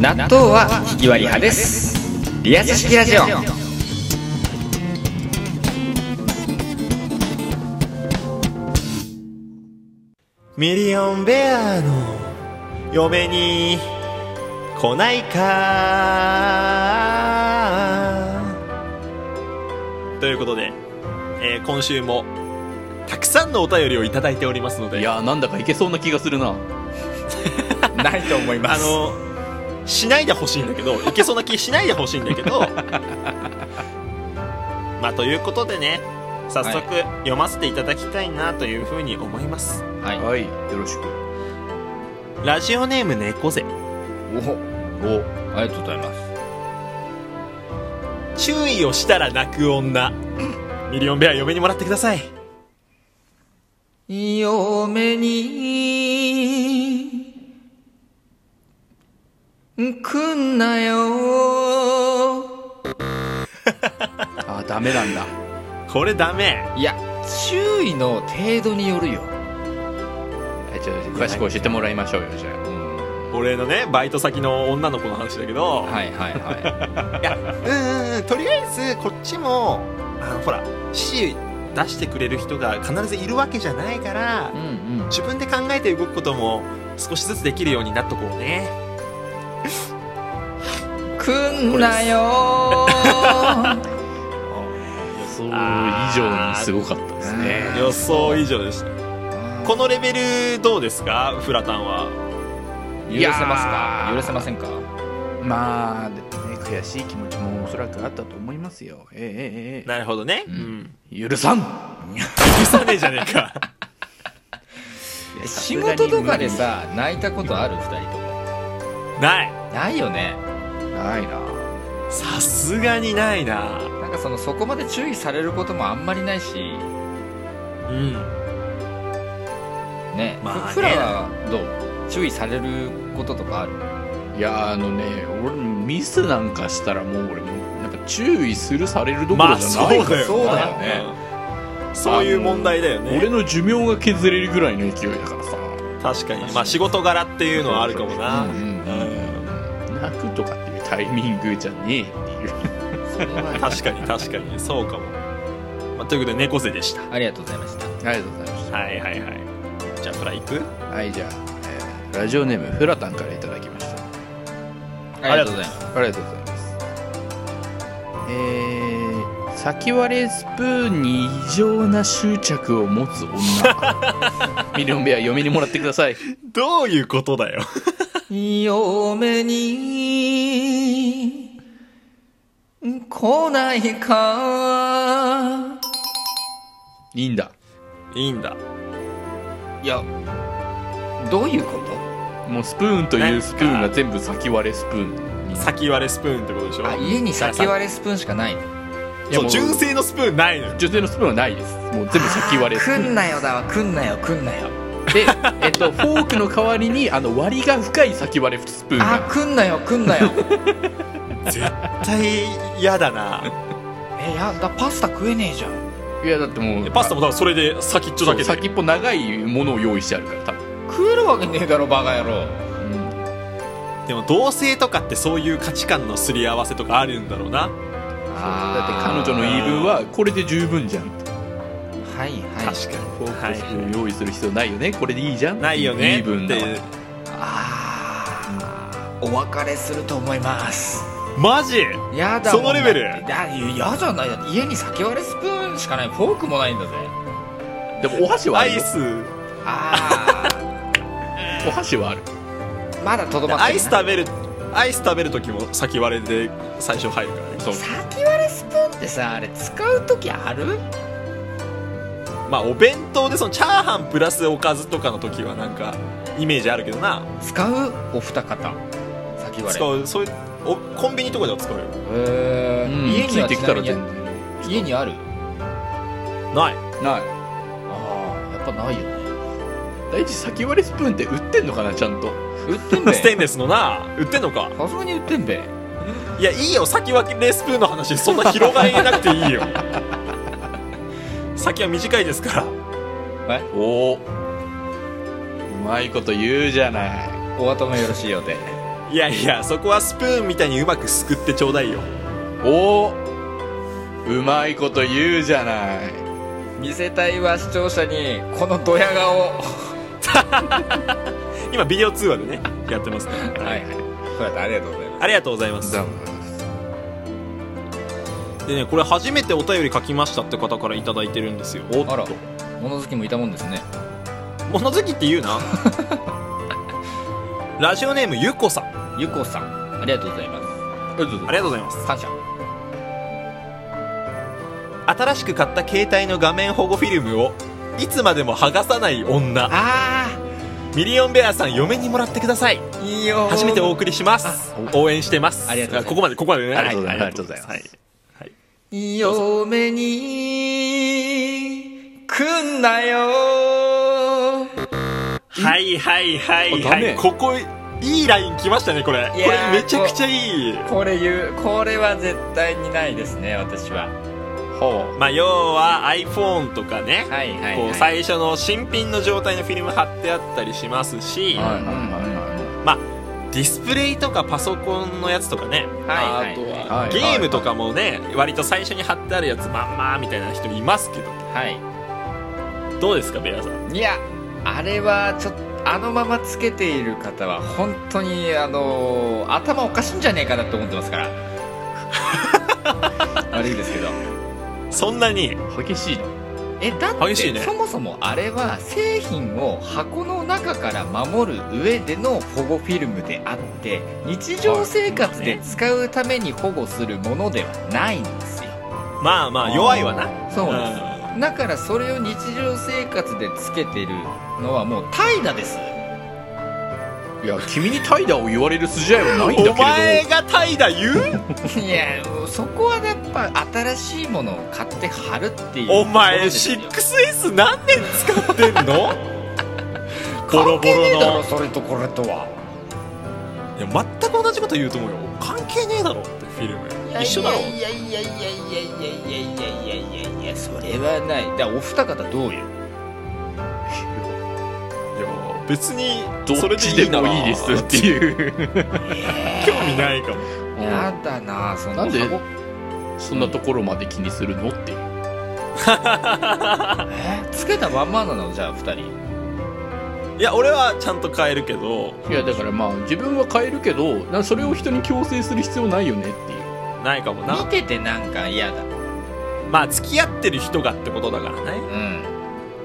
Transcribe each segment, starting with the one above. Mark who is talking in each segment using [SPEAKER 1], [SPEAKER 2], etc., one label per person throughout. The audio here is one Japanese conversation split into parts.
[SPEAKER 1] 納豆はひきわり派ですリアス式ラジオ
[SPEAKER 2] ミリオンベアの嫁に来ないかということで、えー今週もたくさんのお便りをいただいておりますので
[SPEAKER 3] いやーなんだかいけそうな気がする な
[SPEAKER 1] ないと思いま
[SPEAKER 2] あ
[SPEAKER 1] す
[SPEAKER 2] のしないでほしいんだけどいけそうな気しないでほしいんだ けどまあということでね早速読ませていただきたいなというふうに思います、
[SPEAKER 1] は
[SPEAKER 3] い
[SPEAKER 1] い
[SPEAKER 3] よろしく
[SPEAKER 2] ラジオネーム猫背
[SPEAKER 1] おおありがとうございます
[SPEAKER 2] 注意をしたら泣く女ミリオンベア嫁にもらってください
[SPEAKER 1] 嫁に来んなよ
[SPEAKER 3] あーダメなんだ
[SPEAKER 2] これダメ
[SPEAKER 1] いや注意の程度によるよ
[SPEAKER 3] はいちょっと詳しく教えてもらいましょうよじゃ
[SPEAKER 2] 俺のねバイト先の女の子の話だけど、
[SPEAKER 1] はいはいはい
[SPEAKER 2] うんうんうんとりあえずこっちもあのほら指示出してくれる人が必ずいるわけじゃないから
[SPEAKER 1] うんうん
[SPEAKER 2] 自分で考えて動くことも少しずつできるようになっとこうね
[SPEAKER 1] 来んなよ
[SPEAKER 3] あ予想
[SPEAKER 2] あー
[SPEAKER 3] 以上にすごかったですね
[SPEAKER 2] 予想以上でしたこのレベルどうですかフラタンは
[SPEAKER 1] 許せますか
[SPEAKER 3] いやー
[SPEAKER 1] 許せませんか
[SPEAKER 3] まあでもね悔しい気持ちもおそらくあったと思いますよえええええ
[SPEAKER 2] なるほどね、うん
[SPEAKER 3] え許さん
[SPEAKER 2] 許さねえじゃねえか
[SPEAKER 1] 仕事とかでさ泣いたことある二人とも
[SPEAKER 2] ない
[SPEAKER 1] ないよね
[SPEAKER 3] ないな
[SPEAKER 2] さすがにないな
[SPEAKER 1] なんかそのそこまで注意されることもあんまりないし
[SPEAKER 2] うん
[SPEAKER 1] ね,、
[SPEAKER 2] まあね
[SPEAKER 1] ふらはどう注意されることとかある
[SPEAKER 3] いやあのね俺ミスなんかしたらもう俺もうなんか注意するされるどこ
[SPEAKER 2] ま
[SPEAKER 3] ろ
[SPEAKER 2] あ
[SPEAKER 3] じ
[SPEAKER 2] そ
[SPEAKER 3] ゃな
[SPEAKER 2] うだ
[SPEAKER 3] い
[SPEAKER 2] よ
[SPEAKER 3] から
[SPEAKER 1] そうだよ
[SPEAKER 3] ね、
[SPEAKER 2] うんそういう問題だよね
[SPEAKER 3] 俺の寿命が削れるぐらいの勢いだからさ
[SPEAKER 2] 確かにまあ仕事柄っていうのはあるかもな
[SPEAKER 3] うんうんうん泣くとかっていうタイミングじゃねえっていう
[SPEAKER 1] それは
[SPEAKER 2] 確かに確かにそうかも、まあ、ということで猫背でした
[SPEAKER 1] ありがとうございました
[SPEAKER 3] ありがとうございまし
[SPEAKER 2] はいはいはいじゃあフラ行く
[SPEAKER 3] たはいじゃあ、えーラジオネームフラタンからいただきました
[SPEAKER 1] ありがとうございます
[SPEAKER 3] ありがとうございますえー、先割れスプーンに異常な執着を持つ女 ミリオンベア嫁にもらってください
[SPEAKER 2] どういうことだよ
[SPEAKER 1] 嫁に来ないか
[SPEAKER 3] いいんだ
[SPEAKER 2] いいんだ
[SPEAKER 1] いやどういうこと
[SPEAKER 3] もうスプーンというスプーンが全部先割れスプーンに
[SPEAKER 2] 先割れスプーンってことでしょ
[SPEAKER 1] あ家に先
[SPEAKER 2] れ
[SPEAKER 1] 割れスプーンしかないの
[SPEAKER 3] いや
[SPEAKER 2] そ
[SPEAKER 3] も
[SPEAKER 2] う
[SPEAKER 3] う
[SPEAKER 2] 純正のスプーンないのよ
[SPEAKER 3] 女性のスプーンはないですもう全部先割れスプーン
[SPEAKER 1] 来んなよだわ来んなよ来んなよ
[SPEAKER 3] で、えっと、フォークの代わりにあの割りが深い先割れスプーン
[SPEAKER 1] あ
[SPEAKER 3] が
[SPEAKER 1] 来んなよ来んなよ
[SPEAKER 2] 絶対嫌だな
[SPEAKER 1] えやだパスタ食えねえじゃん
[SPEAKER 3] いやだってもう
[SPEAKER 2] パスタも多分それで先っちょだ
[SPEAKER 3] そう
[SPEAKER 2] けで
[SPEAKER 3] 先っぽ長いものを用意してあるから多分、
[SPEAKER 1] 食えるわけねえだろバカ野郎
[SPEAKER 2] でも同性とかってそういう価値観のすり合わせとかあるんだろうな
[SPEAKER 3] だって彼女の言い分はこれで十分じゃん
[SPEAKER 1] はいはい
[SPEAKER 2] 確か
[SPEAKER 3] フォークとスプ
[SPEAKER 2] は
[SPEAKER 3] ーン用意する必要ないよねこれでいいじゃん
[SPEAKER 2] いないよね
[SPEAKER 3] 言い分
[SPEAKER 2] っ
[SPEAKER 3] だわ
[SPEAKER 2] て
[SPEAKER 1] あーお別れすると思います
[SPEAKER 2] マジ
[SPEAKER 1] やだ
[SPEAKER 2] そのレベル
[SPEAKER 1] もうだってだいやじゃないだって家に先割れスプーンしかないフォークもないんだぜ
[SPEAKER 3] でもお箸はあ
[SPEAKER 2] ア
[SPEAKER 3] るよ
[SPEAKER 2] イス
[SPEAKER 1] あ
[SPEAKER 3] お箸はある
[SPEAKER 1] あまだとどまってるな
[SPEAKER 2] アイス食べるアイス食べる時も先割れで最初入るからね
[SPEAKER 3] そう
[SPEAKER 1] 先割れスプーンってさあれ使う時ある
[SPEAKER 2] まあお弁当でそのチャーハンプラスおかずとかの時はなんかイメージあるけどな
[SPEAKER 1] 使うお二方先割れ
[SPEAKER 2] 使うそういうおコンビニとかでは使うよ
[SPEAKER 1] へ
[SPEAKER 3] うん
[SPEAKER 1] ー家
[SPEAKER 3] つ
[SPEAKER 1] に
[SPEAKER 3] い
[SPEAKER 1] は
[SPEAKER 3] てき
[SPEAKER 1] ちな
[SPEAKER 3] た
[SPEAKER 1] み
[SPEAKER 3] ら
[SPEAKER 1] に
[SPEAKER 3] 全然
[SPEAKER 1] 家にある
[SPEAKER 2] ない
[SPEAKER 3] ない
[SPEAKER 1] ああやっぱないよね
[SPEAKER 3] 第一先割れスプーンって売ってんのかなちゃんと
[SPEAKER 1] 売ってん べ
[SPEAKER 2] ステンレスのな売ってんのか
[SPEAKER 1] さすがに売ってんべ
[SPEAKER 2] いやいいよ先分けレスプーンの話そんな広がりなくていいよ先は短いですから
[SPEAKER 3] おおうまいこと言うじゃない
[SPEAKER 1] お後がよろしいようで
[SPEAKER 2] いやいやそこはスプーンみたいにうまくすくってちょうだいよ
[SPEAKER 3] おうまいこと言うじゃない
[SPEAKER 1] 見せたいは視聴者にこのドヤ顔
[SPEAKER 2] 今ビデオ通話でねやってますね
[SPEAKER 1] はいはいそうやってありがとうございます
[SPEAKER 2] ありがとうございます
[SPEAKER 3] どうも
[SPEAKER 2] でねこれ初めてお便り書きましたって方から頂いただいてるんですよおっ
[SPEAKER 1] あら
[SPEAKER 2] と
[SPEAKER 1] 物好きもいたもんですね
[SPEAKER 2] 物好きって言う なラジオネームゆこさんあ
[SPEAKER 1] ゆこさんありがとうございま
[SPEAKER 3] ありがとうござい
[SPEAKER 2] りがとうございます
[SPEAKER 1] す感謝
[SPEAKER 2] 新しく買った携帯の画面保護フィルムをいつまでも剥がさない女
[SPEAKER 1] あ
[SPEAKER 2] ミリオンベアさん嫁にもらってください
[SPEAKER 1] あいいよ
[SPEAKER 2] 初めてお送りします応援してます
[SPEAKER 1] ありがとうございます
[SPEAKER 2] ここまでここまでね
[SPEAKER 3] ありがとうございます
[SPEAKER 2] は
[SPEAKER 3] ありがとうございます
[SPEAKER 2] はい
[SPEAKER 1] 嫁に来んなよ
[SPEAKER 2] はいはいはい
[SPEAKER 3] あ
[SPEAKER 2] は
[SPEAKER 3] ダメ
[SPEAKER 2] いここいいライン来ましたねこれこ
[SPEAKER 1] い
[SPEAKER 2] れ
[SPEAKER 1] やー
[SPEAKER 2] めちゃくちゃいい
[SPEAKER 1] これ言うこれは絶対にないですね私は
[SPEAKER 3] ますほ
[SPEAKER 2] まあ要は iPhone とかね
[SPEAKER 1] はいはい、はい、
[SPEAKER 2] こう最初の新品の状態のフィルム貼ってあったりしますし
[SPEAKER 3] うはいはいはいはい
[SPEAKER 2] まあディスプレイとかパソコンのやつとかね、
[SPEAKER 1] はいはい
[SPEAKER 2] あと
[SPEAKER 3] は
[SPEAKER 2] はいゲームとかもね割と最初に貼ってあるやつまんまみたいな人いますけど
[SPEAKER 1] は
[SPEAKER 2] どうですかベラさん
[SPEAKER 1] いいやあれはちょっとあのままつけている方は本当にあのー頭おかしいんじゃねえかなと思ってますから 悪いですけど
[SPEAKER 2] そんなに
[SPEAKER 3] 激しい
[SPEAKER 1] えだって
[SPEAKER 2] 激しいね
[SPEAKER 1] そもそもあれは製品を箱の中から守る上での保護フィルムであって日常生活で使うために保護するものではないんですよ
[SPEAKER 2] まあまあ弱いわな
[SPEAKER 1] そうなんですだからそれを日常生活でつけてるのはもう怠惰 です
[SPEAKER 3] いや君に怠惰を言われる筋合いはないんだけれど
[SPEAKER 2] お前が怠惰言う
[SPEAKER 1] いやそこはやっぱ新しいものを買って貼るっていう
[SPEAKER 2] お前
[SPEAKER 1] シック
[SPEAKER 2] 6S 何年使ってんのボロボロの
[SPEAKER 1] それとこれとはい
[SPEAKER 2] や全く同じこと言うと思うよ関係ねえだろってフィルム一緒だろ
[SPEAKER 1] いやいやいやいやいやいやいやいやいやいやいやそれはないだからお二方どうよ
[SPEAKER 2] いや別にそ
[SPEAKER 3] ど
[SPEAKER 2] れ
[SPEAKER 3] っ
[SPEAKER 2] で
[SPEAKER 3] ち
[SPEAKER 2] い
[SPEAKER 3] で
[SPEAKER 2] いな
[SPEAKER 3] も
[SPEAKER 2] ら
[SPEAKER 3] いいですっていう
[SPEAKER 2] 興味ないかも
[SPEAKER 1] やだなその
[SPEAKER 3] なんで
[SPEAKER 1] 箱
[SPEAKER 3] そんなところまで気にするのっていう
[SPEAKER 1] えつけたまんまなのじゃあ二人
[SPEAKER 2] いや俺はちゃんと変えるけど
[SPEAKER 3] いやだからまあ自分は変えるけどなそれを人に強制する必要ないよねっていう
[SPEAKER 2] ないかも
[SPEAKER 1] 見
[SPEAKER 2] な
[SPEAKER 1] ててなんか嫌だ
[SPEAKER 2] まあ付き合ってる人がってことだから
[SPEAKER 1] うん
[SPEAKER 2] ね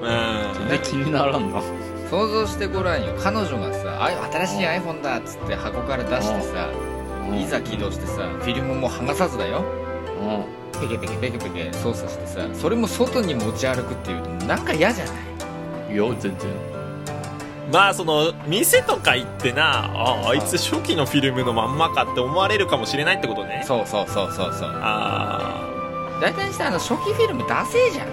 [SPEAKER 2] う
[SPEAKER 3] 全
[SPEAKER 2] ん
[SPEAKER 3] 然気にならんな
[SPEAKER 1] 想像してごらんよ彼女がさあ新しい iPhone だっつって箱から出してさいざ起動してさフィルムも剥がさずだよ
[SPEAKER 3] うん
[SPEAKER 1] ペケペケペケペケ操作してさそれも外に持ち歩くっていうなんか嫌じゃない
[SPEAKER 3] いや全然
[SPEAKER 2] まあその店とか行ってなああいつ初期のフィルムのまんまかって思われるかもしれないってことね
[SPEAKER 1] そうそうそうそうそう
[SPEAKER 2] あ
[SPEAKER 1] 大体さあの初期フィルムダセえじゃん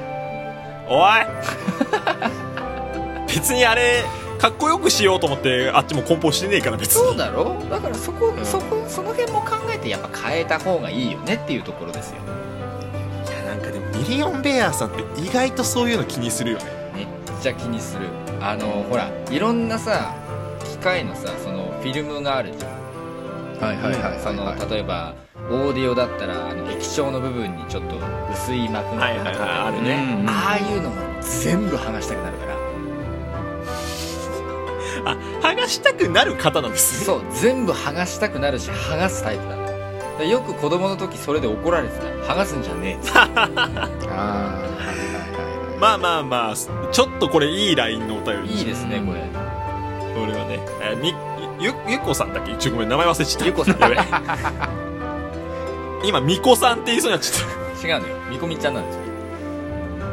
[SPEAKER 2] あお い別にあれかっこよくしようと思ってあっちも梱包してねえから別に
[SPEAKER 1] そうだろだからそこ
[SPEAKER 2] うん
[SPEAKER 1] そこその辺も考えてやっぱ変えた方がいいよねっていうところですよ
[SPEAKER 2] いやなんかでもミリオンベアさんって意外とそういうの気にするよね
[SPEAKER 1] めっちゃ気にするあのほらいろんなさ機械のさそのフィルムがあるじゃん
[SPEAKER 3] はいはいはい
[SPEAKER 1] その
[SPEAKER 3] はい
[SPEAKER 1] 例えばオーディオだったらあの液晶の部分にちょっと薄い膜が
[SPEAKER 2] はいはいはいあるね、
[SPEAKER 3] うん
[SPEAKER 1] ああいうのも全部剥がしたくなるから
[SPEAKER 2] あ剥がしたくなる方なんですね
[SPEAKER 1] そう全部剥がしたくなるし剥がすタイプなのよでよく子供の時それで怒られてた剥がすんじゃねえって
[SPEAKER 3] あーはいはいはい
[SPEAKER 2] まあまあまあちょっとこれいいラインのお便り
[SPEAKER 1] いいですねこれ
[SPEAKER 2] これはねえーみゆゆっこさんだっけちょごめん名前忘れちゃった
[SPEAKER 1] ゆっこさん
[SPEAKER 2] やべえ 今みこさんって言いそうになっちゃっ
[SPEAKER 1] 違うのよみこみちゃんなんですよ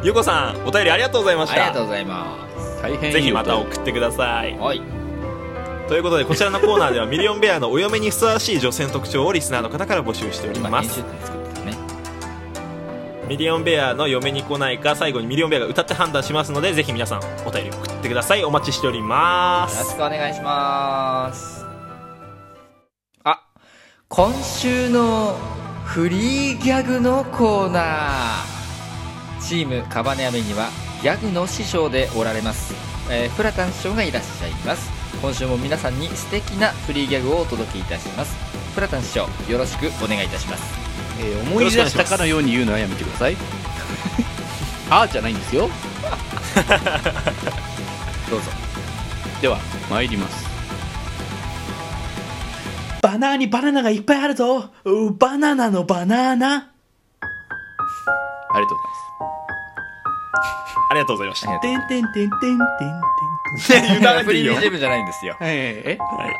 [SPEAKER 2] たゆっこさんお便りありがとうございまし
[SPEAKER 1] ありがと
[SPEAKER 2] た
[SPEAKER 1] うございます
[SPEAKER 3] 大変いい
[SPEAKER 2] ぜひまた
[SPEAKER 3] 音
[SPEAKER 2] 送ってください
[SPEAKER 1] はい
[SPEAKER 2] ということでこちらのコーナーではミリオンベアのお嫁にふさわしい女性の特徴をリスナーの方から募集しており
[SPEAKER 1] 今
[SPEAKER 2] ま
[SPEAKER 1] 編
[SPEAKER 2] す
[SPEAKER 1] 集点作ってたね
[SPEAKER 2] ミリオンベアの嫁に来ないか最後にミリオンベアが歌って判断しますのでぜひ皆さんお便り送ってくださいお待ちしておりま
[SPEAKER 1] よろしく
[SPEAKER 2] す
[SPEAKER 1] お願いしますあ今週のフリーギャグのコーナーチームカバネアメにはギャグの師匠でおられます、えーフラタン師匠がいらっしゃいます今週も皆さんに素敵なフリーギャグをお届けいたしますプラタン師匠よろしくお願いいたします
[SPEAKER 3] えー思い出したかのように言うのはやめてください あーじゃないんですよ
[SPEAKER 1] どうぞ
[SPEAKER 3] では参ります
[SPEAKER 4] バナーにバナナがいっぱいあるぞうーバナナのバナナ
[SPEAKER 3] ありがとうござい
[SPEAKER 2] ありがとうございました。
[SPEAKER 4] てんてんてんてんてんてん
[SPEAKER 2] 油断
[SPEAKER 1] フ
[SPEAKER 2] でい
[SPEAKER 1] リ
[SPEAKER 2] い
[SPEAKER 1] ー
[SPEAKER 2] よ。
[SPEAKER 1] BGM じゃないんですよ
[SPEAKER 3] ますえーえ
[SPEAKER 2] はい